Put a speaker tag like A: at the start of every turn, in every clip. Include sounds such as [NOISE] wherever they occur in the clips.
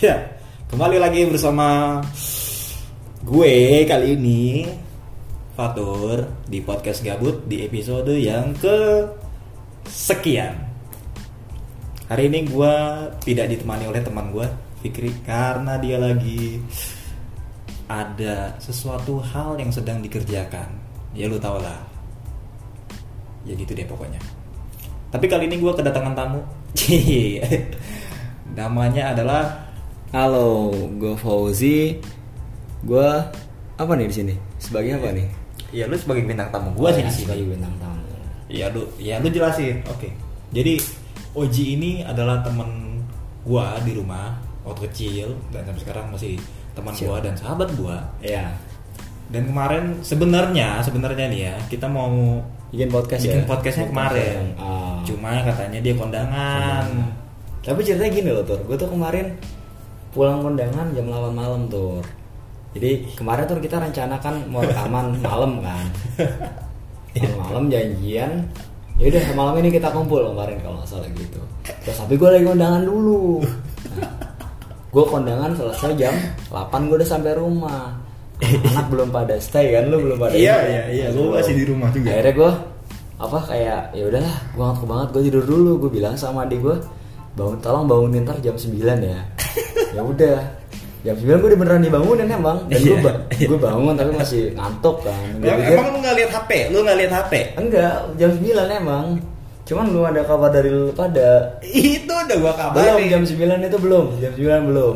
A: Ya, kembali lagi bersama gue kali ini Fatur di podcast Gabut di episode yang ke sekian. Hari ini gue tidak ditemani oleh teman gue Fikri karena dia lagi ada sesuatu hal yang sedang dikerjakan. Ya lu tau lah. Ya gitu deh pokoknya. Tapi kali ini gue kedatangan tamu. [LAUGHS] Namanya adalah
B: Halo, gue Fauzi. Gue apa nih di sini? Sebagai apa nih?
A: Ya lu sebagai bintang tamu gue sih di sini.
B: sebagai bintang tamu.
A: Ya lu, ya lu jelasin. Oke. Jadi Oji ini adalah temen gua di rumah waktu kecil dan sampai sekarang masih teman
B: Kecil.
A: gua dan sahabat gua.
B: Ya,
A: Dan kemarin sebenarnya sebenarnya nih ya kita mau
B: bikin podcast
A: bikin
B: ya.
A: podcastnya kemarin.
B: Ah.
A: Cuma katanya dia kondangan.
B: Tapi ceritanya gini loh, Tur. Gue tuh kemarin pulang kondangan jam 8 malam, Tur. Jadi kemarin tuh kita rencanakan mau rekaman
A: [LAUGHS]
B: malam kan.
A: Iya.
B: Malam, malam janjian. Ya udah malam ini kita kumpul kemarin kalau nggak salah gitu. Terus tapi gue lagi kondangan dulu. gue kondangan selesai jam 8 gue udah sampai
A: [LAUGHS]
B: rumah. Anak belum pada stay kan, lu belum pada.
A: Iya,
B: ini.
A: iya, iya. Gua masih di rumah juga.
B: Akhirnya gue apa kayak ya udahlah gue ngantuk banget gue tidur dulu gue bilang sama adik gue bangun tolong bangunin ntar jam 9
A: [LAUGHS]
B: ya ya udah jam 9 gue udah beneran dibangunin emang dan gue ba- gue bangun tapi masih ngantuk kan
A: Iya.
B: gue
A: Ya,
B: pikir
A: emang lu nggak lihat HP? Lu nggak lihat HP?
B: enggak jam 9 emang cuman belum ada kabar dari lu pada
A: Itu udah gua
B: belum
A: kabarin.
B: jam 9 itu belum jam 9 belum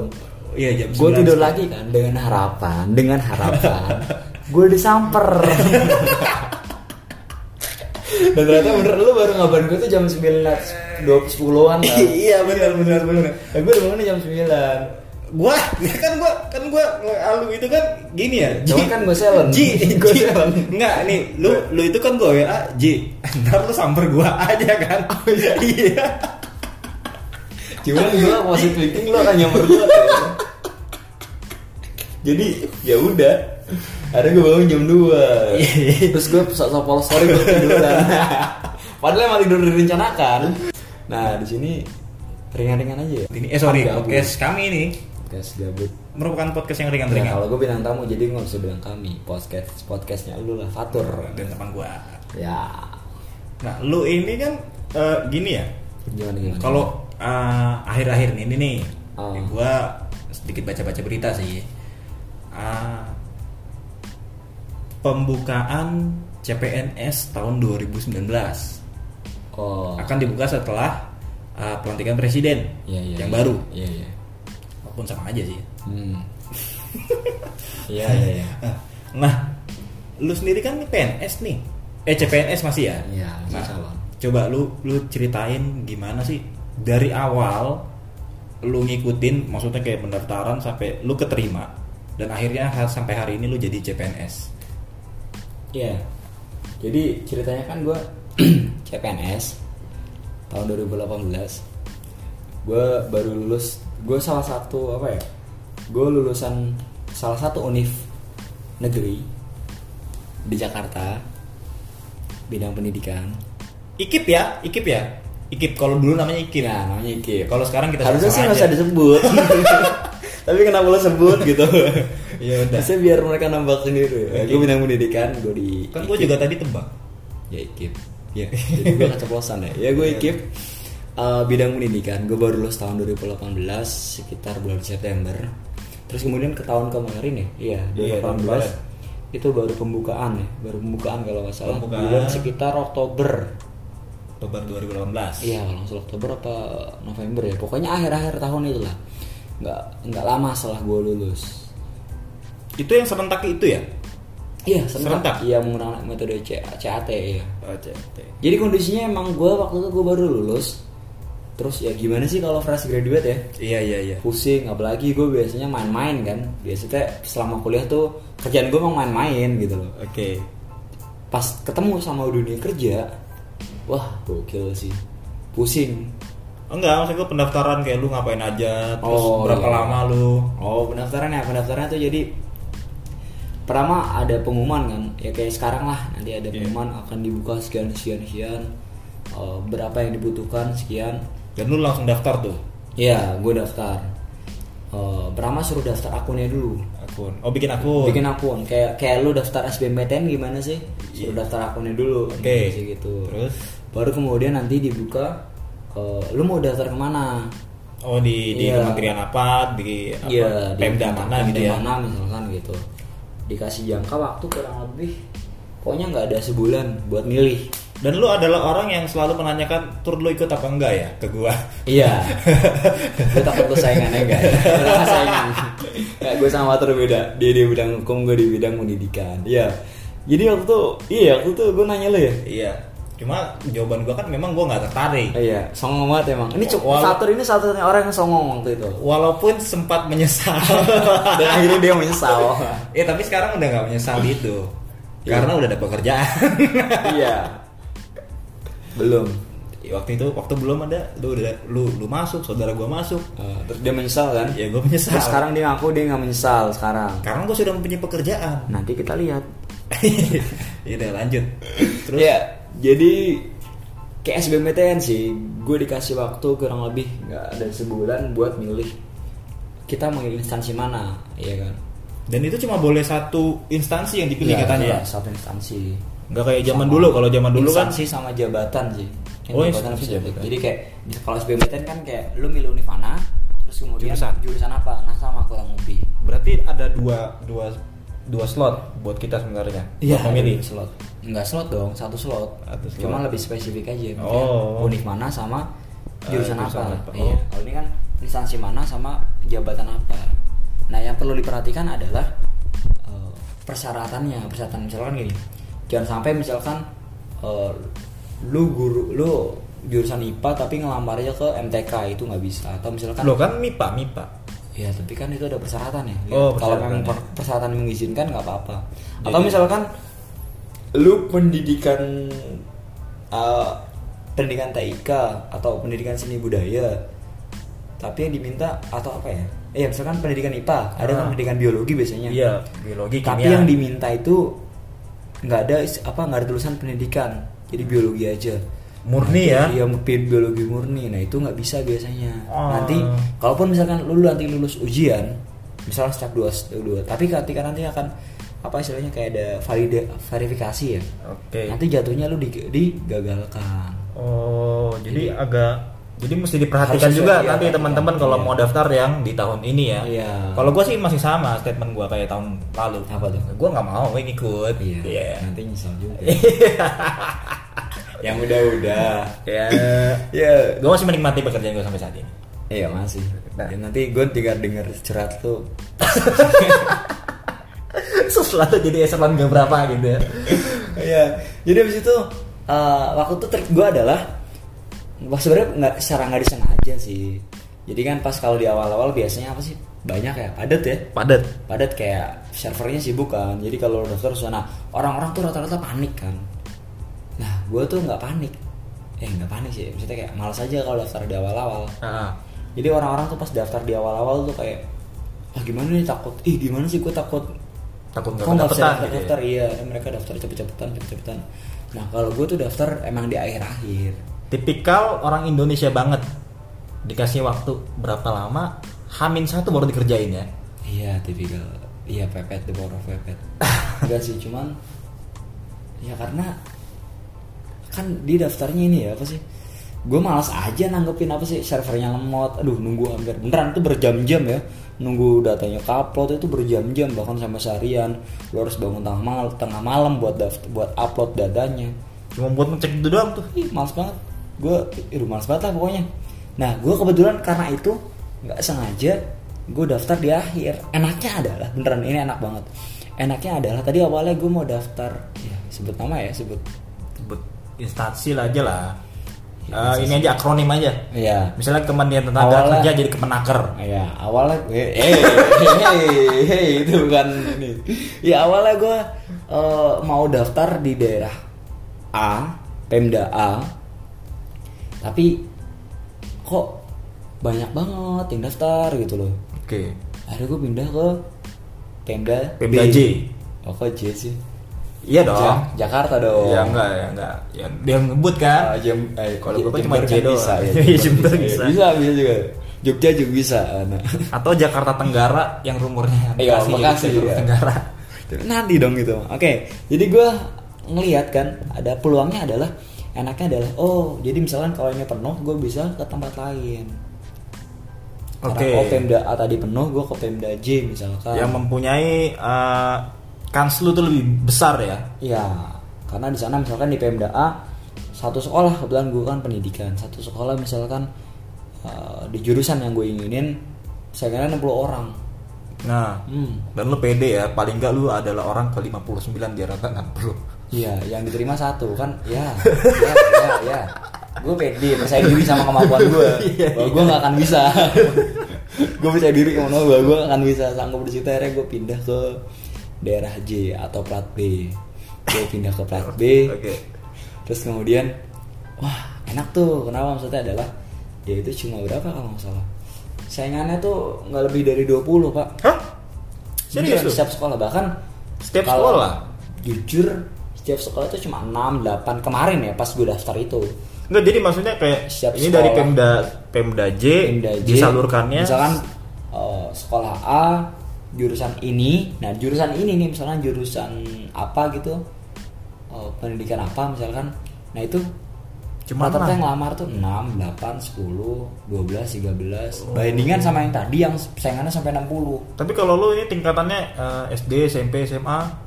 A: Iya jam.
B: gue
A: 9.
B: tidur lagi kan dengan harapan dengan harapan gue disamper Dan ternyata bener lu baru ngabarin gue tuh jam 9 dua sepuluhan lah.
A: [LAUGHS] Iya, bener, bener, bener.
B: Ya, gue udah bangun jam 9
A: gua [LAUGHS] kan gua kan gua lu itu kan gini ya Ji.
B: Cuma kan gua silent.
A: [LAUGHS] Ji
B: Gua
A: Ji.
B: silent.
A: enggak nih lu lu itu kan gua WA Ji [LAUGHS] ntar lu samper gua aja kan [LAUGHS] iya
B: Cuman gue
A: iya.
B: positive thinking lo akan nyamper gue tuh. Jadi ya udah. Akhirnya gue bangun jam 2
A: Iya.
B: Terus gue sok-sok polos sorry gue
A: [LAUGHS]
B: tiduran Padahal emang tidur direncanakan Nah di sini ringan-ringan aja ya
A: ini eh sorry
B: Gabut.
A: podcast kami ini
B: Podcast gabut
A: merupakan podcast yang
B: Ya,
A: ringan-ringan
B: kalau gue bintang tamu jadi gue gak bisa bilang kami Podcast podcastnya lu lah Fatur
A: dan teman gua
B: Ya
A: nah lu ini kan eh, gini ya
B: Gimana gimana
A: kalau eh, akhir-akhir ini nih
B: Oh.
A: ya gua sedikit baca-baca berita sih Ah, pembukaan CPNS tahun 2019
B: Oh
A: akan dibuka setelah uh, pelantikan presiden
B: Iya, iya,
A: yang
B: iya.
A: baru
B: Iya iya
A: walaupun sama aja sih [LAUGHS]
B: Hmm Iya iya iya
A: nah lu sendiri kan nih PNS nih eh CPNS masih ya
B: Iya masih
A: Nah,
B: calon
A: coba lu lu ceritain gimana sih dari awal lu ngikutin maksudnya kayak pendaftaran sampai lu keterima dan akhirnya ha- sampai hari ini lu jadi CPNS
B: Iya. Jadi ceritanya kan [CLEARS THROAT] gue CPNS tahun 2018. Gue baru lulus. Gue salah satu apa ya? Gue lulusan salah satu univ negeri di Jakarta bidang pendidikan.
A: ikip ya ikip ya ikip kalau dulu namanya ikip
B: Ya namanya IKIP.
A: kalau sekarang kita
B: Harusnya sih
A: sama-sama
B: nggak usah
A: aja. [LAUGHS]
B: disebut. Tapi kenapa lo sebut gitu?
A: Ya udah.
B: Biasanya biar mereka nambah sendiri. Gue bidang pendidikan, gue di
A: kan gue
B: IKIP.
A: juga tadi tebak
B: ya ikip
A: Iya.
B: ya [LAUGHS] jadi gue keceplosan ya ya gue ikip Eh, bidang pendidikan gue baru lulus tahun 2018 sekitar bulan September terus kemudian ke tahun kemarin ya
A: Iya,
B: iya
A: tahun
B: 2018 itu baru pembukaan ya baru pembukaan kalau nggak salah
A: Pembukaan.
B: bulan sekitar Oktober
A: Oktober 2018
B: iya kalau nggak salah Oktober apa November ya pokoknya akhir-akhir tahun itu lah nggak nggak lama setelah gue lulus
A: itu yang serentak itu ya
B: iya
A: Serentak?
B: iya menggunakan metode C- CAT ya
A: Oke.
B: Jadi kondisinya emang gue waktu itu gue baru lulus Terus ya gimana sih kalau fresh graduate ya
A: Iya iya iya.
B: Pusing apalagi gue biasanya main-main kan Biasanya selama kuliah tuh kerjaan gue emang main-main gitu loh
A: Oke.
B: Pas ketemu sama dunia kerja Wah gokil sih Pusing
A: Enggak, maksud gue pendaftaran kayak lu ngapain aja, terus
B: Oh,
A: berapa
B: iya.
A: lama lu?
B: Oh pendaftaran ya pendaftaran tuh jadi pertama ada pengumuman kan ya kayak sekarang lah nanti ada
A: Iya.
B: pengumuman akan dibuka sekian sekian sekian Eh, berapa yang dibutuhkan sekian
A: Dan lu langsung daftar tuh.
B: Iya, gue daftar. eh, Brahma suruh daftar akunnya dulu
A: Akun. Oh bikin akun.
B: bikin akun kayak kayak lu daftar SBMPTN gimana sih suruh daftar akunnya dulu
A: Iya. Oke.
B: Kayak gitu
A: Terus
B: baru kemudian nanti dibuka eh, lu mau daftar kemana
A: oh di di
B: Iya.
A: kementerian apa di apa
B: Iya, di-
A: Pemda mana gitu ya.
B: Pemda mana misalkan gitu dikasih jangka waktu kurang lebih pokoknya nggak ada sebulan buat milih
A: Dan lu adalah orang yang selalu menanyakan tur lu ikut apa enggak ya ke gua. [LAUGHS]
B: iya gue takut lu saingannya enggak ya saingan kayak gue sama Water beda dia di bidang hukum gue di bidang pendidikan iya jadi waktu itu iya waktu itu gue nanya lu ya
A: iya. Cuma jawaban gua kan memang gua nggak tertarik.
B: iya songong banget emang ini cukup
A: Wal-
B: Fatur ini satu-satunya orang yang songong waktu itu
A: Walaupun sempat menyesal.
B: [LAUGHS] dan akhirnya dia
A: [LAUGHS]
B: menyesal
A: ya tapi sekarang udah nggak menyesal itu. Karena udah ada [LAUGHS] pekerjaan.
B: iya belum
A: Ya, waktu itu waktu belum ada lu udah lu lu masuk saudara gua masuk
B: Eh, terus dia menyesal kan
A: ya gua menyesal
B: Terus sekarang dia ngaku dia nggak menyesal sekarang.
A: karena gua sudah mempunyai pekerjaan
B: Nanti kita lihat.
A: [LAUGHS] ya udah lanjut terus
B: ya, jadi ke SBMPTN sih, gue dikasih waktu kurang lebih nggak ada sebulan buat milih kita mau instansi mana, iya kan?
A: dan itu cuma boleh satu instansi yang dipilih
B: Iya,
A: katanya
B: iya,
A: ya
B: satu instansi.
A: nggak kayak zaman dulu kalau zaman dulu kan
B: instansi sama jabatan sih. Yang
A: Oh,
B: jabatan
A: instansi,
B: apa sih?
A: jabatan.
B: Jadi kayak di- kalau SBMPTN kan kayak lu milih univ mana, terus kemudian
A: Jurusan.
B: apa? Nah sama kurang lebih.
A: berarti ada dua dua dua slot buat kita sebenarnya buat memilih
B: ada slot. Enggak slot dong, satu slot.
A: Iya. Satu slot.
B: Cuma lebih spesifik aja. Kayak
A: Oh.
B: Univ mana sama
A: Eh,
B: jurusan
A: jurusan
B: apa?
A: apa.
B: Iya.
A: Oh.
B: Kalau ini kan instansi mana sama jabatan apa. Nah, yang perlu diperhatikan adalah eh, persyaratannya. Persyaratan misalkan gini. Jangan sampai misalkan eh, lu guru lu jurusan IPA tapi ngelamarnya ke MTK itu nggak bisa atau misalkan
A: lo kan mipa mipa
B: Ya tapi kan itu ada persyaratan ya.
A: Oh,
B: kalau
A: persyaratan
B: memang
A: ya.
B: per- persyaratan mengizinkan nggak apa-apa.
A: Jadi-
B: Atau misalkan lu pendidikan uh, pendidikan TIK atau pendidikan seni budaya, tapi yang diminta atau apa ya? Iya misalkan pendidikan IPA, ada kan
A: Ah.
B: pendidikan biologi biasanya.
A: Iya. biologi
B: Tapi yang diminta itu nggak ada is- apa nggak ada tulisan pendidikan, jadi biologi aja.
A: Hmm. Murni
B: Nah,
A: ya?
B: Iya, bi- biologi murni. Nah itu nggak bisa biasanya.
A: Ah.
B: Nanti kalaupun misalkan lu nanti lulus ujian, misalnya setiap dua, dua tapi ketika nanti akan apa istilahnya kayak ada valida, verifikasi ya.
A: oke
B: Nanti jatuhnya lu dig- digagalkan.
A: oh jadi, agak jadi mesti diperhatikan
B: Harus
A: juga
B: sesuai,
A: nanti
B: iya.
A: teman-teman kalau
B: Iya.
A: mau daftar yang di tahun ini ya.
B: Iya.
A: Kalau gue sih masih sama statement gue kayak tahun lalu.
B: Apa tuh?
A: Gue nggak mau gue ngikut.
B: Iya.
A: Iya.
B: Nanti nyesel
A: [LAUGHS]
B: juga. Yang udah-udah.
A: Ya.
B: Ya.
A: gue masih menikmati pekerjaan gue sampai saat ini.
B: Iya masih.
A: Nah.
B: Dan nanti gue dengar-dengar curhat tuh
A: [LAUGHS] Sesuatu jadi eselon gak berapa gitu ya.
B: Iya. Jadi abis itu eh, waktu itu trik gue adalah wah sebenarnya nggak secara nggak disengaja sih. Jadi kan pas kalau di awal-awal biasanya apa sih banyak ya padat ya
A: Padat.
B: padat kayak servernya sibuk kan jadi kalau lo daftar sana orang-orang tuh rata-rata panik kan nah gue tuh nggak panik eh nggak panik sih maksudnya kayak malas aja kalau daftar di awal-awal jadi orang-orang tuh pas daftar di awal-awal tuh kayak wah gimana nih takut ih gimana sih gue takut
A: Takut nggak
B: Kok nggak bisa
A: kedapetan
B: daftar,
A: gitu ya?
B: daftar iya mereka daftar cepet-cepetan cepet-cepetan nah kalau gue tuh daftar emang di akhir-akhir
A: Tipikal orang Indonesia banget. Dikasih waktu berapa lama? Hamin satu baru dikerjain ya.
B: iya tipikal iya pepet the power of pepet enggak sih cuman ya karena kan di daftarnya ini ya apa sih gue malas aja nanggepin apa sih servernya lemot aduh nunggu hampir beneran itu berjam-jam ya nunggu datanya ke upload itu berjam-jam bahkan sampai seharian lo harus bangun tengah malam tengah malam buat daft- buat upload dadanya
A: Cuma buat ngecek itu doang tuh.
B: ih males banget gue ih males banget lah pokoknya nah gue kebetulan karena itu nggak sengaja gue daftar di akhir enaknya adalah beneran ini enak banget enaknya adalah tadi awalnya gue mau daftar ya, sebut nama ya sebut
A: Sebut instansi lah aja lah. Eh, ini aja akronim aja.
B: ya
A: Misalnya Kementerian Tenaga
B: Iya, Awalnya-
A: Kerja jadi kemenaker.
B: ya awalnya eh eh, eh, eh, itu bukan ini ya awalnya gue eh, mau daftar di daerah A Pemda A tapi kok banyak banget yang daftar gitu loh
A: Oke.
B: akhirnya gue pindah ke Pemda
A: Pemda
B: B.
A: J.
B: oh kok J sih
A: Iya dong.
B: Ja- Jakarta dong
A: Ya enggak, ya enggak. Ya, dia ngebut kan.
B: Ah, Jem- eh,
A: Kalau
B: Jem-
A: gue cuma
B: Jember
A: J
B: kan
A: doang.
B: bisa, ya,
A: [LAUGHS] Iya, Jember
B: bisa.
A: bisa.
B: Bisa, bisa juga. Jogja juga bisa. Nah.
A: Atau Jakarta Tenggara yang rumornya
B: Iya,
A: Bekasi,
B: Bekasi,
A: Jogja,
B: iya.
A: Tenggara.
B: Nanti dong gitu. Oke, jadi gue ngelihat kan ada peluangnya adalah enaknya adalah oh jadi misalkan kalau ini penuh gue bisa ke tempat lain. Karena,
A: Oke.
B: Oh Pemda A tadi penuh gue ke Pemda J misalkan.
A: Yang mempunyai eh, kans lu tuh lebih besar ya.
B: Iya, karena di sana misalkan di Pemda A satu sekolah kebetulan gue kan pendidikan satu sekolah misalkan uh, di jurusan yang gue inginin saya kira 60 orang.
A: Nah,
B: Hmm.
A: dan lu pede ya, paling nggak lu adalah orang ke 59 di rata 60.
B: Iya, yang diterima satu kan, ya, [LAUGHS] ya, ya, ya. Gue pede, percaya diri sama kemampuan gue. Bahwa gue gak akan bisa. [LAUGHS] gue percaya diri kemana bahwa gue gak akan bisa. Sanggup di situ akhirnya gue pindah ke daerah J atau plat B. Gue pindah ke plat B.
A: Oke.
B: Terus kemudian, wah enak tuh. Kenapa maksudnya adalah dia itu cuma berapa kalau nggak salah? Saingannya tuh nggak lebih dari 20 pak.
A: Hah?
B: Serius
A: Serius lu?
B: Iya, setiap sekolah bahkan
A: Setiap
B: kalau
A: sekolah?
B: Jujur setiap sekolah itu cuma 6 8 kemarin ya pas gue daftar itu.
A: Nggak, jadi maksudnya kayak
B: Setiap
A: ini dari
B: sekolah.
A: Pemda Pemda J,
B: Pemda J,
A: disalurkannya
B: Misalkan eh, sekolah A jurusan ini, nah jurusan ini nih misalkan jurusan apa gitu eh, pendidikan apa misalkan, nah itu
A: Cuma
B: rata-rata
A: enam.
B: yang lamar tuh 6, 8,
A: Oh.
B: 10, 12, 13 Bandingan sama yang tadi yang saingannya sampai 60
A: Tapi kalau lu ini tingkatannya eh, SD, SMP, SMA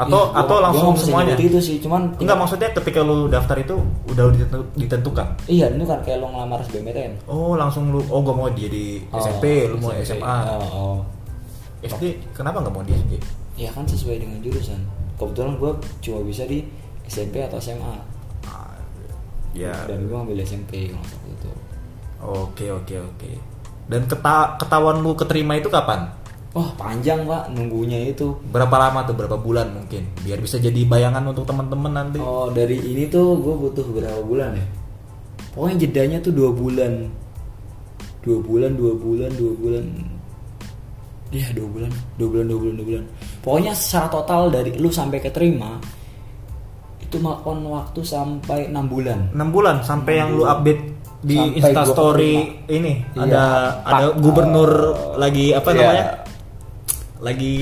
A: atau
B: Iya, gua-
A: atau
B: gua
A: langsung
B: nggak bisa
A: semuanya?
B: nyebutin itu sih, cuman ya.
A: Enggak maksudnya ketika lu daftar itu udah ditentu- ditentukan.
B: Iya, itu kan kayak lo ngelamar SBMPTN.
A: Oh, langsung lu oh gua mau jadi SMP, lu mau
B: SMP.
A: SMA.
B: Oh, oh.
A: SD kenapa nggak mau di SD?
B: Ya kan sesuai dengan jurusan. Kebetulan gue cuma bisa di SMP atau SMA.
A: Ah, Ya.
B: Dan gue ambil SMP kalau waktu itu.
A: Oke, oke, oke. Dan keta- ketahuan lu keterima itu kapan?
B: Wah panjang pak nunggunya itu.
A: Berapa lama tuh? Berapa bulan mungkin? Biar bisa jadi bayangan untuk teman-teman nanti.
B: Oh dari ini tuh gue butuh berapa bulan ya? Pokoknya jedanya tuh dua bulan. Dua bulan, dua bulan, dua bulan. Iya dua bulan, dua bulan, dua bulan, dua bulan. Pokoknya secara total dari lu sampai keterima itu makan waktu sampai enam bulan.
A: 6 bulan sampai yang lu update di
B: Sampai
A: Insta story
B: gua
A: ini
B: Iya.
A: ada
B: Pak,
A: ada gubernur lagi apa
B: iya.
A: namanya? Lagi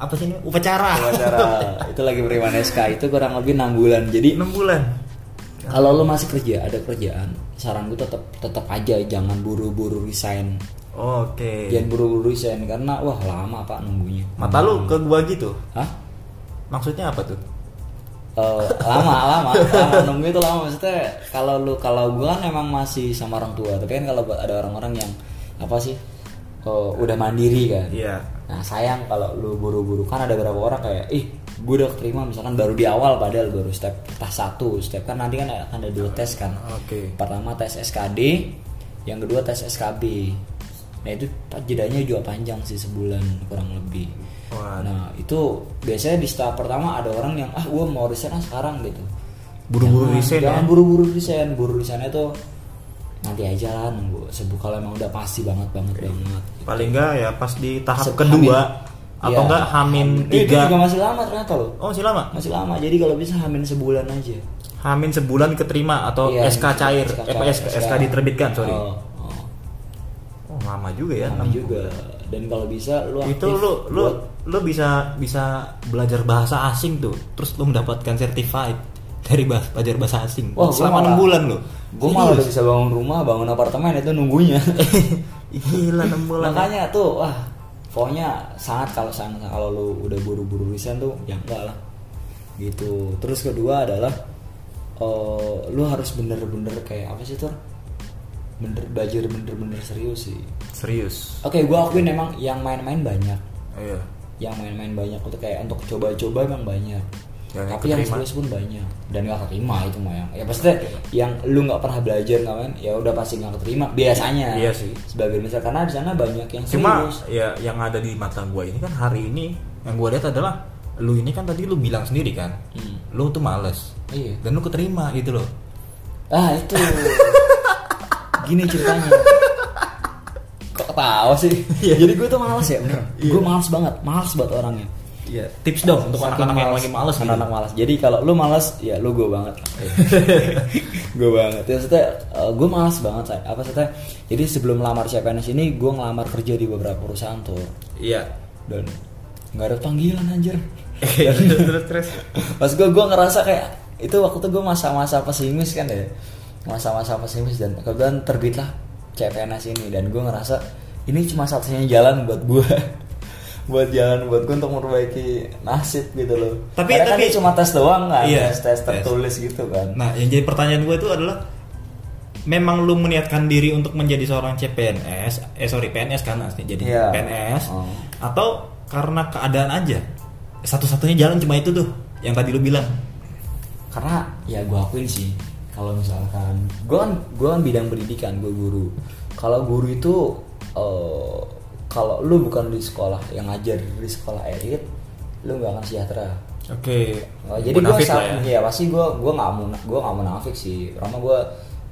A: apa sih ini? Upacara. [LAUGHS]
B: Wawancara itu lagi beriman SK itu kurang lebih enam bulan. Jadi
A: 6 bulan.
B: kalau lu masih kerja ada kerjaan, saran gue tetap tetap aja jangan buru-buru resign.
A: Oke.
B: Jangan buru-buru resign karena wah lama pak nunggunya.
A: Iya. Mata lu ke gua gitu.
B: Hah?
A: Maksudnya apa tuh?
B: Eh, lama, lama, lama nunggu itu lama maksudnya kalau lu kalau gua kan emang masih sama orang tua tapi kan kalau buat ada orang-orang yang apa sih eh, udah mandiri kan
A: Iya.
B: nah sayang kalau lu buru-buru kan ada beberapa orang kayak ih gua udah terima misalkan baru di awal padahal baru step tas satu step kan nanti kan akan ada dua tes kan
A: Ah, Oke.
B: pertama tes SKD yang kedua tes SKB nah itu jedanya juga panjang sih sebulan kurang lebih
A: Waduh.
B: nah itu biasanya di tahap pertama ada orang yang ah gue mau resign ah sekarang gitu
A: Buru-buru
B: Jangan-
A: resign ya.
B: jangan buru-buru resign buru resignnya tuh nanti aja lah nunggu sebu kalau emang udah pasti banget banget banget
A: Paling enggak ya pas di tahap
B: Se-
A: kedua
B: Hamin.
A: atau
B: Iya.
A: enggak hamin
B: Eh, itu
A: tiga.
B: juga masih lama ternyata loh
A: Oh, sih lama.
B: masih lama jadi kalau bisa hamin sebulan aja
A: Hamin sebulan keterima atau
B: Iya,
A: SK cair,
B: SK
A: eh,
B: cair,
A: SK, SK diterbitkan, sorry.
B: Oh, oh.
A: Oh, lama juga ya.
B: Lama
A: enam
B: juga dan kalau bisa lu aktif
A: itu lu lu
B: buat
A: lu bisa bisa belajar bahasa asing tuh terus lu mendapatkan certified dari bah- belajar bahasa asing
B: Wah, Oh, gua
A: selama enam
B: malah-
A: bulan lo
B: gue malah udah bisa bangun rumah bangun apartemen itu nunggunya
A: [LAUGHS] gila enam bulan
B: makanya tuh wah pokoknya sangat kalau sangat kalau lu udah buru-buru resign tuh ya enggak lah gitu terus kedua adalah eh, lu harus bener-bener kayak apa sih tuh bener belajar bener-bener serius sih
A: serius
B: oke gua akuin emang yang main-main banyak
A: iya
B: yang main-main banyak itu kayak untuk coba-coba emang banyak
A: Yang
B: tapi yang
A: keterima.
B: serius pun banyak dan gak keterima itu mah yang ya pasti yang lu nggak pernah belajar nggak kan ya udah pasti nggak keterima biasanya
A: Iya sih.
B: sebagai misal karena di sana banyak yang
A: cuma
B: serius
A: ya yang ada di mata gua ini kan hari ini yang gua lihat adalah lu ini kan tadi lu bilang sendiri kan
B: Hmm.
A: lu tuh males
B: iya
A: dan lu keterima gitu loh [LAUGHS]
B: ah itu gini ceritanya kok tahu sih jadi gue tuh malas ya bener gue malas banget malas banget orangnya
A: Iya, tips dong untuk
B: Saking
A: anak-anak yang lagi males gitu. [LAUGHS]
B: anak-anak malas jadi kalau lu malas ya lu gue banget gue banget ya maksudnya gue malas banget saya apa maksudnya jadi sebelum lamar CPNS ini gue ngelamar kerja di beberapa perusahaan tuh
A: Iya.
B: dan nggak ada panggilan anjir
A: [LAUGHS] Iya, terus terus terus.
B: pas gue gue ngerasa kayak itu waktu itu gue masa-masa pesimis kan ya masa-masa pesimis dan kebetulan terbitlah CPNS ini dan gue ngerasa ini cuma satunya jalan buat gue [LAUGHS] buat jalan buat gue untuk memperbaiki nasib gitu loh
A: Tapi-
B: Karena kan
A: tapi-
B: ini cuma tes doang kan
A: Iya.
B: tes tes
A: Tes.
B: tertulis gitu kan
A: Nah, yang jadi pertanyaan gue itu adalah memang lu meniatkan diri untuk menjadi seorang CPNS, eh sorry PNS kan asli jadi
B: Iya.
A: PNS
B: Oh.
A: atau karena keadaan aja. Satu-satunya jalan cuma itu tuh yang tadi lu bilang.
B: karena ya gue akuin sih kalau misalkan gue kan gue kan bidang pendidikan gue guru kalau guru itu eh, kalau lu bukan di sekolah yang ngajar di sekolah elit lu nggak akan sejahtera
A: Oke.
B: Oh, jadi gue saat ya. pasti gue gue nggak mau gue nggak munafik sih karena gue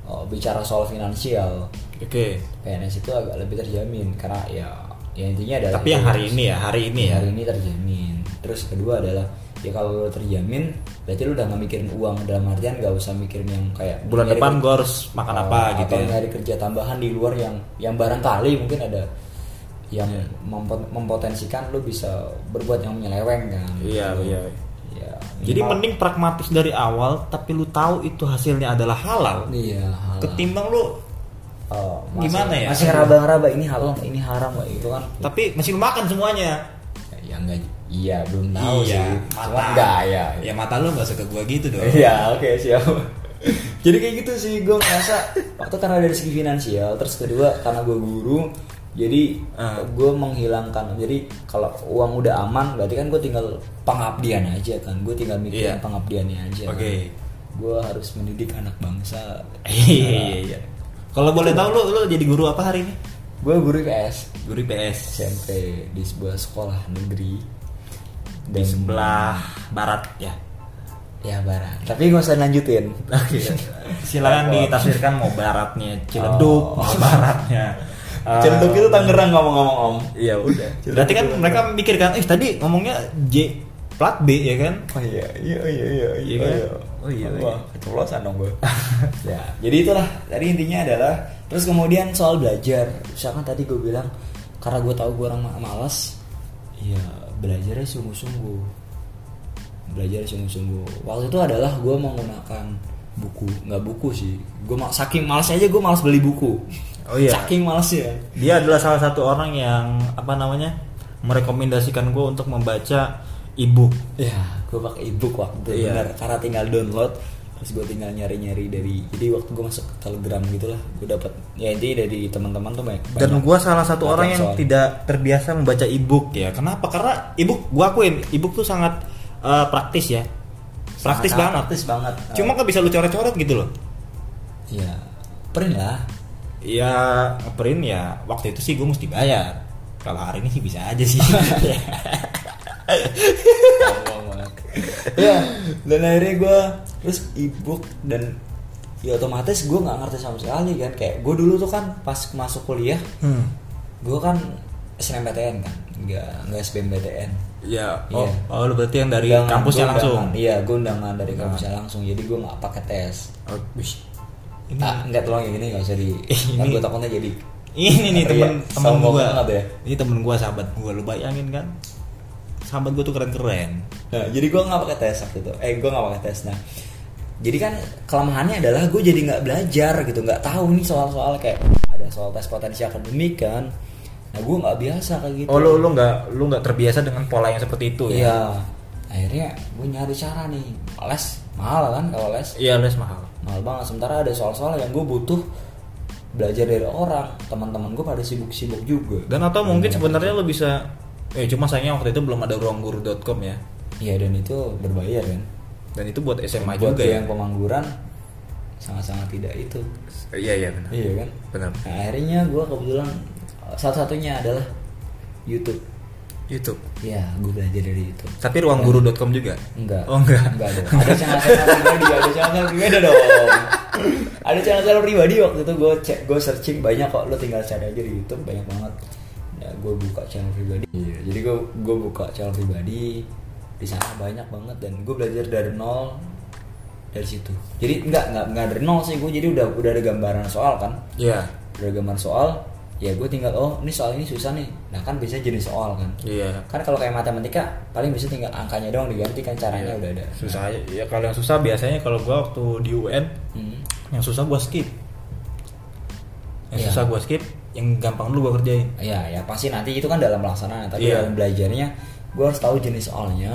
B: eh, bicara soal finansial
A: Oke.
B: PNS itu agak lebih terjamin karena ya ya intinya adalah
A: Tapi yang hari ini ya, hari ini ya.
B: iya. hari ini terjamin terus kedua adalah ya kalau lu terjamin berarti lu udah nggak mikirin uang dalam artian nggak usah mikirin yang kayak
A: Bulan
B: nyari
A: depan
B: kerja-
A: gue harus makan
B: eh,
A: apa gitu
B: atau
A: ya.
B: nyari kerja tambahan di luar yang yang barangkali mungkin ada yang
A: Iya.
B: mempo- mempotensikan lu bisa berbuat yang menyeleweng kan
A: Iya,
B: Gitu.
A: iya.
B: Ya,
A: Jadi
B: minimal-
A: mending pragmatis dari awal tapi lu tahu itu hasilnya adalah halal.
B: iya halal.
A: Ketimbang lu
B: Oh,
A: Gimana ya?
B: masih raba-raba ini halal ini haram kayak gitu kan
A: tapi masih lu makan semuanya.
B: ya enggak iya belum
A: iya,
B: tahu sih
A: mata.
B: cuma enggak ya
A: Ya mata lu gak suka gua gitu dong.
B: Iya, oke siap. [LAUGHS] Jadi kayak gitu sih gue ngerasa waktu karena dari segi finansial, terus kedua karena gue guru, jadi
A: Ah.
B: gue menghilangkan. Jadi kalau uang udah aman, berarti kan gue tinggal pengabdian aja kan, gue tinggal mikirin
A: Iya.
B: pengabdiannya aja.
A: Oke.
B: Gue harus mendidik anak bangsa.
A: [LAUGHS] [LAUGHS]
B: Nah,
A: Iya iya iya. Kalau boleh tahu lu lu jadi guru apa hari ini?
B: Gue guru IPS
A: Guru IPS
B: SMP di sebuah sekolah negeri
A: di sebelah barat ya.
B: ya barat. Tapi gak usah lanjutin. [LAUGHS]
A: Oke.
B: Iya.
A: Silakan
B: Apa?
A: ditafsirkan mau baratnya Ciledug,
B: Oh.
A: mau
B: [LAUGHS]
A: baratnya. eh,
B: Cendok itu Tangerang ngomong-ngomong om.
A: Iya udah. Berarti kan mereka mikir kan, eh tadi ngomongnya J plat B ya kan?
B: Oh iya, iya, iya, iya,
A: Iya
B: iya,
A: kan?
B: iya.
A: Oh iya,
B: Wah,
A: iya.
B: keceplosan dong
A: [LAUGHS]
B: gue. ya, jadi itulah. Tadi intinya adalah, terus kemudian soal belajar. Misalkan tadi gue bilang, karena gue tahu gue orang ma- malas, ya belajarnya sungguh-sungguh. Belajar sungguh-sungguh. Waktu itu adalah gue menggunakan buku, nggak buku sih. Gue ma- saking malasnya aja gue malas beli buku.
A: Oh iya.
B: Saking malasnya.
A: Dia adalah salah satu orang yang apa namanya merekomendasikan gue untuk membaca e-book.
B: Ya, gue pakai ebook waktu itu
A: Iya.
B: benar. Karena tinggal download, terus gue tinggal nyari-nyari dari. Jadi waktu gue masuk ke Telegram gitulah, gue dapat ya intinya dari teman-teman tuh banyak.
A: Dan
B: banyak.
A: gue salah satu
B: Banyak
A: orang yang
B: soal.
A: tidak terbiasa membaca e-book ya. Kenapa? Karena e-book gue akuin e-book tuh sangat eh, praktis ya. Praktis
B: Sangat-sangat
A: banget.
B: praktis banget.
A: Cuma nggak bisa lu coret-coret gitu loh.
B: ya print lah.
A: Ya ngeprint ya waktu itu sih gue mesti bayar. Kalau hari ini sih bisa aja sih.
B: ya, dan akhirnya gue terus ebook dan ya otomatis gue nggak ngerti sama sekali kan. Kayak gue dulu tuh kan pas masuk kuliah,
A: [LAUGHS] hmm.
B: gue kan SNMPTN kan, nggak nggak SBMPTN.
A: Ya, oh,
B: Iya.
A: oh, lu berarti yang kan, dari
B: Undangan,
A: kampusnya
B: gua
A: langsung. Ah.
B: undangan. iya gue undangan dari kampusnya langsung jadi gue nggak pakai tes
A: Oh, wih. Ini,
B: ah nggak tolong ya gini nggak usah di
A: Eh,
B: kan
A: [LAUGHS] ini-
B: gue takutnya jadi
A: ini nih
B: Ngeri
A: temen
B: ya,
A: temen
B: sombong
A: gue.
B: banget ya.
A: Ini temen gue sahabat gue. Lu bayangin kan? Sahabat gue tuh keren-keren.
B: nah, jadi gue nggak pakai tes waktu itu eh gue nggak pakai tes nah jadi kan kelemahannya adalah gue jadi nggak belajar gitu nggak tahu nih soal-soal kayak ada soal tes potensi akademik kan nah gue nggak biasa kayak gitu
A: Oh lu lu nggak lu nggak terbiasa dengan pola yang seperti itu ya?
B: iya akhirnya gue nyari cara nih les mahal kan kalau les
A: Iya les mahal.
B: mahal banget sementara ada soal-soal yang gue butuh belajar dari orang teman-teman gue pada sibuk-sibuk juga Iya.
A: Dan atau mungkin sebenarnya lu bisa eh cuma sayangnya waktu itu belum ada ruangguru.com ya.
B: iya dan itu berbayar kan
A: Dan itu buat SMA juga
B: buat gue
A: ya.
B: yang pengangguran sangat-sangat tidak itu
A: Iya iya benar.
B: iya kan
A: Benar.
B: Nah, akhirnya gue kebetulan satu-satunya adalah YouTube
A: YouTube.
B: ya gue belajar dari YouTube
A: Gitu. Tapi ruangguru.com juga.
B: Enggak.
A: Oh enggak.
B: Enggak dong. Ada channel-channel pribadi, ada channel pribadi dong. ada channel-channel pribadi waktu itu gue cek, gue searching banyak kok. Lo tinggal cari aja di YouTube banyak banget. Ya, gue buka channel pribadi. Iya. Jadi gue gue buka channel pribadi di sana banyak banget dan gue belajar dari nol dan dari situ jadi nggak nggak nggak dari nol sih gue jadi udah udah ada gambaran soal kan
C: Iya.
B: udah ada gambaran soal ya gue tinggal oh ini soal ini susah nih nah kan biasanya jenis soal kan
C: Iya.
B: kan kalau kayak matematika paling bisa tinggal angkanya doang diganti kan caranya udah ada
C: Iya. Susah ya kalau yang susah biasanya kalau gua waktu di UN
B: Hmm.
C: yang susah gua skip. Yang
B: Iya.
C: susah gua skip, yang gampang dulu gua kerjain.
B: ya ya pasti nanti itu kan dalam pelaksanaan tapi
C: Iya.
B: dalam belajarnya gue harus tahu jenis soalnya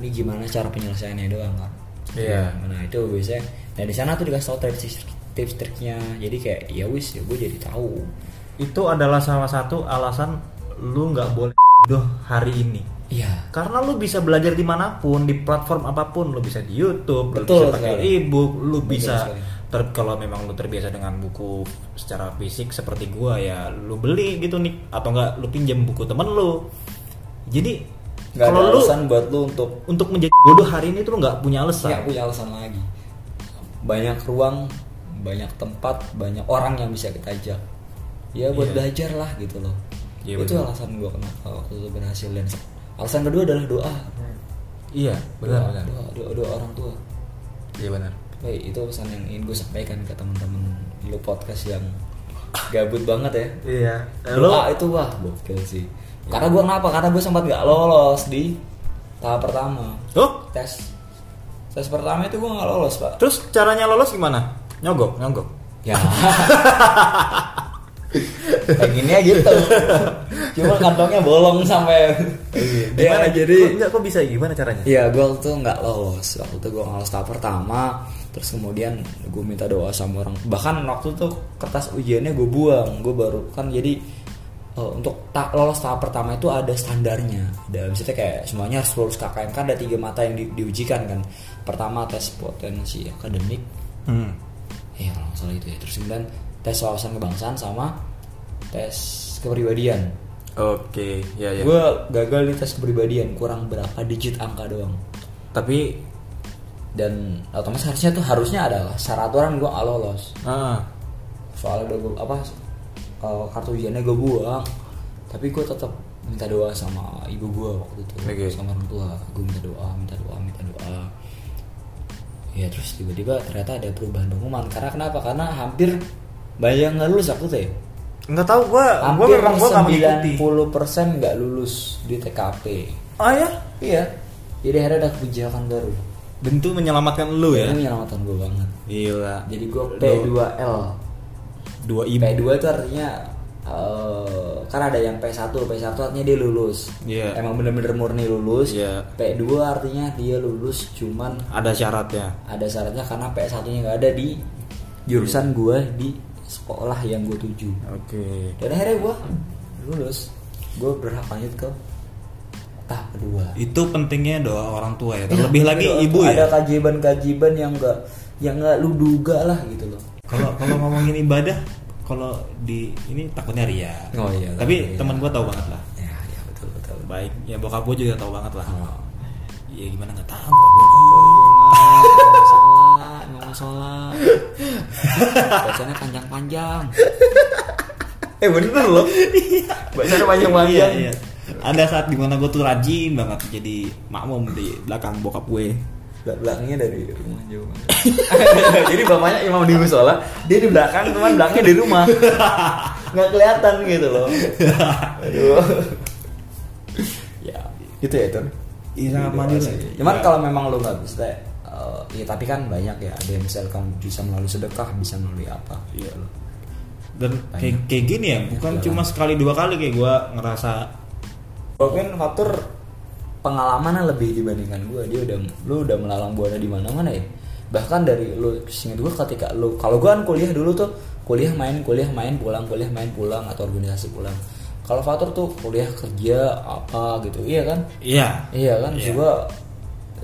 B: ini gimana cara penyelesaiannya doang kan
C: Iya.
B: nah itu biasanya nah di sana tuh dikasih tahu tips tips triknya jadi kayak ya wis ya gue jadi tahu
C: Itu adalah salah satu alasan lu nggak boleh doh hari ini.
B: iya
C: Karena lu bisa belajar dimanapun, di platform apapun, lu bisa di YouTube, lu
B: Betul
C: bisa pakai
B: sekali.
C: e-book, lu
B: Betul
C: bisa
B: sekali.
C: ter- kalau memang lu terbiasa dengan buku secara fisik seperti gua ya, lu beli gitu nih atau enggak lu pinjam buku temen lu. Jadi
B: nggak ada
C: kalau lu
B: alasan buat lu untuk
C: untuk menjadi bodoh hari ini tuh lu nggak punya
B: nggak
C: alasan.
B: punya alasan lagi banyak ruang banyak tempat banyak orang yang bisa kita ajak ya buat
C: Iya.
B: belajar lah gitu loh
C: Iya,
B: itu
C: betul.
B: alasan gue kenapa waktu itu berhasil dan alasan kedua adalah doa
C: Iya,
B: doa, doa, doa, doa orang tua
C: Iya benar.
B: Woi, itu pesan yang ingin gue sampaikan ke teman-teman lu podcast yang gabut banget ya
C: Iya.
B: doa Ah, itu wah gokil sih karena gue kenapa karena gue sempat nggak lolos di tahap pertama
C: Tuh,
B: tes tes pertama itu gue nggak lolos
C: Oh,
B: pak
C: terus caranya lolos gimana? Nyogok, nyogok.
B: ya pengennya gitu cuma kantongnya bolong sampai
C: Gimana
B: ya jadi
C: enggak kok bisa gimana caranya?
B: Iya, gue waktu itu nggak lolos. Waktu itu gue nggak lolos tahap pertama. Terus kemudian gue minta doa sama orang. Bahkan waktu itu kertas ujiannya gue buang. Gue baru kan jadi eh, untuk tak lolos tahap pertama itu ada standarnya. Ada misalnya kayak semuanya harus lulus KKM kan ada tiga mata yang di- diujikan kan. Pertama tes potensi akademik.
C: Hmm.
B: Ya kalau nggak salah itu ya. Terus kemudian tes wawasan kebangsaan sama tes kepribadian.
C: Oke, ya
A: Iya.
C: ya.
B: Gue gagal di tes kepribadian kurang berapa digit angka doang.
C: Tapi
B: dan otomatis harusnya tuh harusnya adalah syarat aturan gue nggak lolos
C: ah,
B: soalnya udah gue apa eh, kartu ujiannya gue buang tapi gue tetap minta doa sama ibu gue waktu itu
C: Oke.
B: sama orang tua gue minta doa minta doa minta doa ya terus tiba-tiba ternyata ada perubahan dokumen karena kenapa karena hampir banyak yang nggak lulus aku tuh ya
C: nggak tahu gua gua
B: hampir
C: memang gua nggak mengikuti.
B: 90% nggak lulus di TKP
C: Oh ya,
B: iya jadi akhirnya ada kebijakan baru
C: bentuk menyelamatkan lu ya.
B: ini menyelamatkan gue banget
C: Gila.
B: Iya. Jadi gue P2L.
C: dua ibu.
B: P2 itu artinya eh karena ada yang P1, P1 artinya dia lulus.
C: Iya.
B: Emang bener-bener murni lulus.
C: Iya.
B: P2 artinya dia lulus cuman
C: Ada syaratnya.
B: ada syaratnya karena P1-nya nggak ada di jurusan gue di sekolah yang gue tuju.
C: Oke.
B: Dan akhirnya gue lulus. Gue berhak lanjut ke tahap kedua.
A: Itu pentingnya doa orang tua ya.
B: Iya,
A: Terlebih lagi
B: ada-
A: ibu
B: ada
A: ya.
B: kajiban-kajiban yang nggak yang nggak lu duga lah gitu loh.
A: Kalau kalau ngomongin ibadah, kalau di ini takutnya ria.
B: Oh iya, takutnya
A: Tapi
B: ria.
A: teman gua tahu banget lah.
B: Ya, ya betul betul.
A: Baik, ya bokap gua juga tahu banget lah.
B: Oh.
A: Ya gimana nggak tahu.
B: Ngomong sholat, bacanya panjang-panjang.
C: Eh bener loh.
B: Bacanya
A: Iya, iya. Ada saat dimana gue tuh rajin banget jadi makmum di belakang bokap gue.
B: Belakangnya dari rumah [LAUGHS] jauh. Jadi bapaknya imam di musola, dia di belakang, cuman belakangnya di rumah. [LAUGHS] Nggak kelihatan gitu loh. Aduh. ya, gitu ya Ton.
A: Iya, sangat manjur ya.
B: Cuman kalau memang lu nggak bisa, eh, ya tapi kan banyak ya. Ada yang misalkan bisa melalui sedekah, bisa melalui apa.
A: Iya loh. Dan kayak, kayak gini ya, bukan
B: Iya.
A: cuma sekali dua kali kayak gue ngerasa
B: Mungkin faktor pengalamannya lebih dibandingkan gue dia udah lu udah melalang buana di mana mana ya bahkan dari lu singkat gue ketika lu kalau gue kan kuliah dulu tuh kuliah main kuliah main pulang kuliah main pulang atau organisasi pulang kalau faktor tuh kuliah kerja apa gitu iya kan
A: iya.
B: iya kan
A: Iya.
B: juga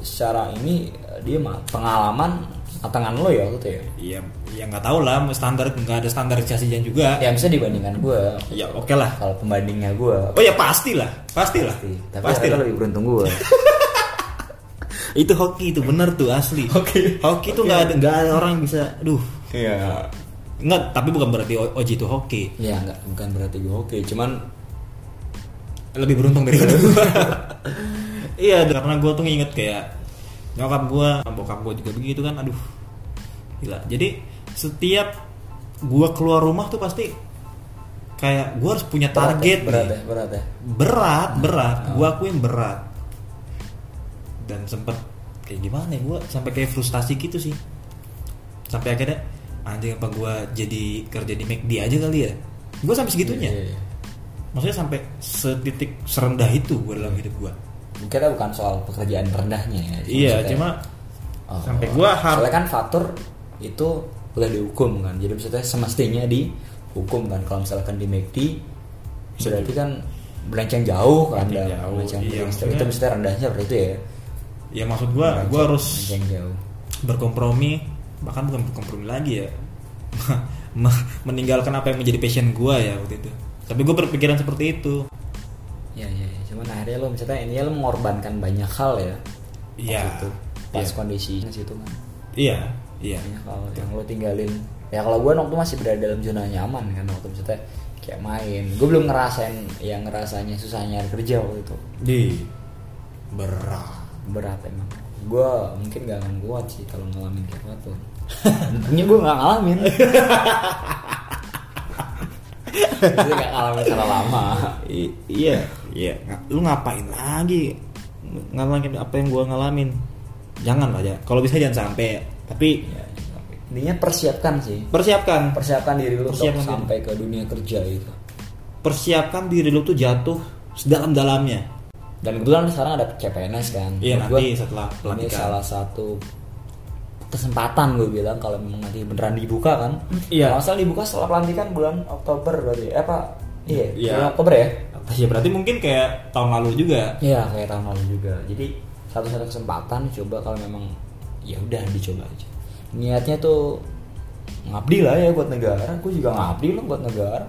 B: secara ini dia mah pengalaman tangan lo ya gitu ya
A: Ya, ya nggak tahu lah standar nggak ada standarisasinya juga.
B: yang bisa dibandingkan gue
A: Ya, oke lah.
B: kalau pembandingnya gue
A: Oh ya pastilah, pastilah.
B: pasti tapi
A: pastilah.
B: akhirnya lebih beruntung gue
A: Itu hoki itu bener tuh asli.
B: Hoki.
A: Hoki tuh nggak ada nggak ada orang yang bisa. Duh.
B: [LAUGHS] iya
A: Nggak, tapi bukan berarti O- Oji itu hoki.
B: Ya enggak, bukan berarti gue oke, cuman [LAUGHS]
A: lebih beruntung dari gue. iya, karena gue tuh nginget kayak nyokap gue bokap gue juga begitu kan aduh gila jadi setiap gue keluar rumah tuh pasti kayak gue harus punya target
B: berat
A: nih.
B: ya, berat ya.
A: berat berat
B: Hmm.
A: gue akuin berat dan sempet kayak gimana ya gue sampai kayak frustasi gitu sih sampai akhirnya anjing apa gue jadi kerja di McD aja kali ya gue sampai segitunya
B: Iya, iya, iya.
A: maksudnya sampai setitik serendah itu gue dalam hidup gue
B: Mungkin kita bukan soal pekerjaan rendahnya ya.
A: iya
B: maksudnya-
A: cuma
B: Oh.
A: sampai gue harus
B: Soalnya kan faktor itu udah dihukum kan. Jadi maksudnya semestinya dihukum kan. Kalau misalkan di McD berarti kan belancang jauh kan.
A: Belancang
B: dan
A: jauh,
B: belancang
A: iya,
B: terus.
A: maksudnya-
B: Itu maksudnya rendahnya berarti itu ya.
A: ya maksud gue gue
B: Belancang-
A: harus
B: belancang jauh.
A: berkompromi bahkan bukan berkompromi lagi ya [LAUGHS] Me- meninggalkan apa yang menjadi passion gue ya waktu itu tapi gue berpikiran seperti itu
B: Ya ya. ya. Cuman akhirnya lo misalnya ini lo mengorbankan banyak hal ya.
A: Iya.
B: Waktu itu. Pas
A: Iya.
B: kondisinya situ kan.
A: Iya, iya.
B: Kayaknya kalau yang lo tinggalin ya kalau gue waktu masih berada dalam zona nyaman kan waktu maksudnya kayak main gue belum ngerasain yang ngerasanya susahnya kerja waktu itu
A: Di berat.
B: berat emang gue mungkin gak akan kuat sih kalau ngalamin kayak gitu untungnya gue gak ngalamin Maksudnya gak ngalamin secara lama
A: I- iya, iya. Nga- Lu ngapain lagi? Ng- Ngalamin apa yang gua ngalamin? Jangan lah ya. Kalau bisa jangan sampai. Tapi
B: Ya, ya. intinya persiapkan sih
A: persiapkan,
B: persiapkan diri lu untuk
A: Persiapkan diri.
B: sampai ke dunia kerja gitu. itu
A: persiapkan diri lu tuh jatuh sedalam-dalamnya.
B: dan kebetulan sekarang ada CPNS kan
A: Iya,
B: Menurut
A: nanti
B: gua,
A: setelah
B: ini
A: pelatihan.
B: salah satu kesempatan gue bilang kalau memang nanti beneran dibuka kan
A: Iya.
B: kalau nggak salah dibuka setelah pelantikan bulan Oktober berarti eh apa iya
A: Iya.
B: bulan Oktober ya
A: Ya berarti mungkin kayak tahun lalu juga.
B: iya kayak tahun lalu juga jadi satu-satu kesempatan coba kalau memang ya udah dicoba aja niatnya tuh ngabdi lah ya buat negara gue juga ngabdi lah buat negara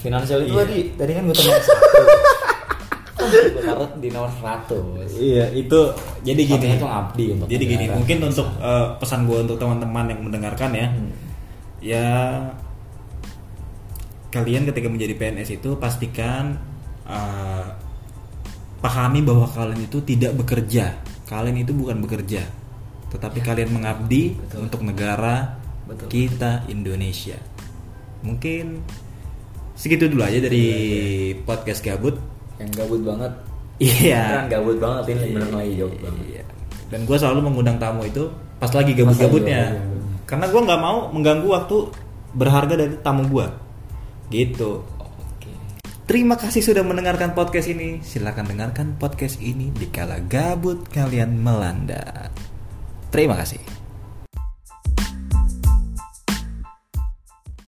B: finansial itu
A: Iya.
B: tadi tadi kan gue temuin
A: [LAUGHS]
B: satu gue taruh di nomor 100
A: Iya, itu jadi gini.
B: Iya, Makanya tuh ngabdi untuk
A: jadi gini,
B: negara.
A: mungkin untuk eh, pesan gue untuk teman-teman yang mendengarkan ya.
B: Hmm.
A: Ya kalian ketika menjadi PNS itu pastikan eh, pahami bahwa kalian itu tidak bekerja. Kalian itu bukan bekerja, tetapi kalian mengabdi untuk negara
B: Ya. Betul.
A: kita Indonesia. Mungkin segitu dulu aja dari
B: Iya,
A: podcast gabut.
B: yang gabut banget
A: Iya.
B: Beneran gabut banget ini beneran lagi jauh banget
A: Iya. Dan gue selalu mengundang tamu itu pas lagi gabut-gabutnya,
B: Pas lagi iya, gabut-gabut.
A: karena gue nggak mau mengganggu waktu berharga dari tamu gue. Gitu.
B: oke
A: Terima kasih sudah mendengarkan podcast ini. Silahkan dengarkan podcast ini dikala gabut kalian melanda. Terima kasih.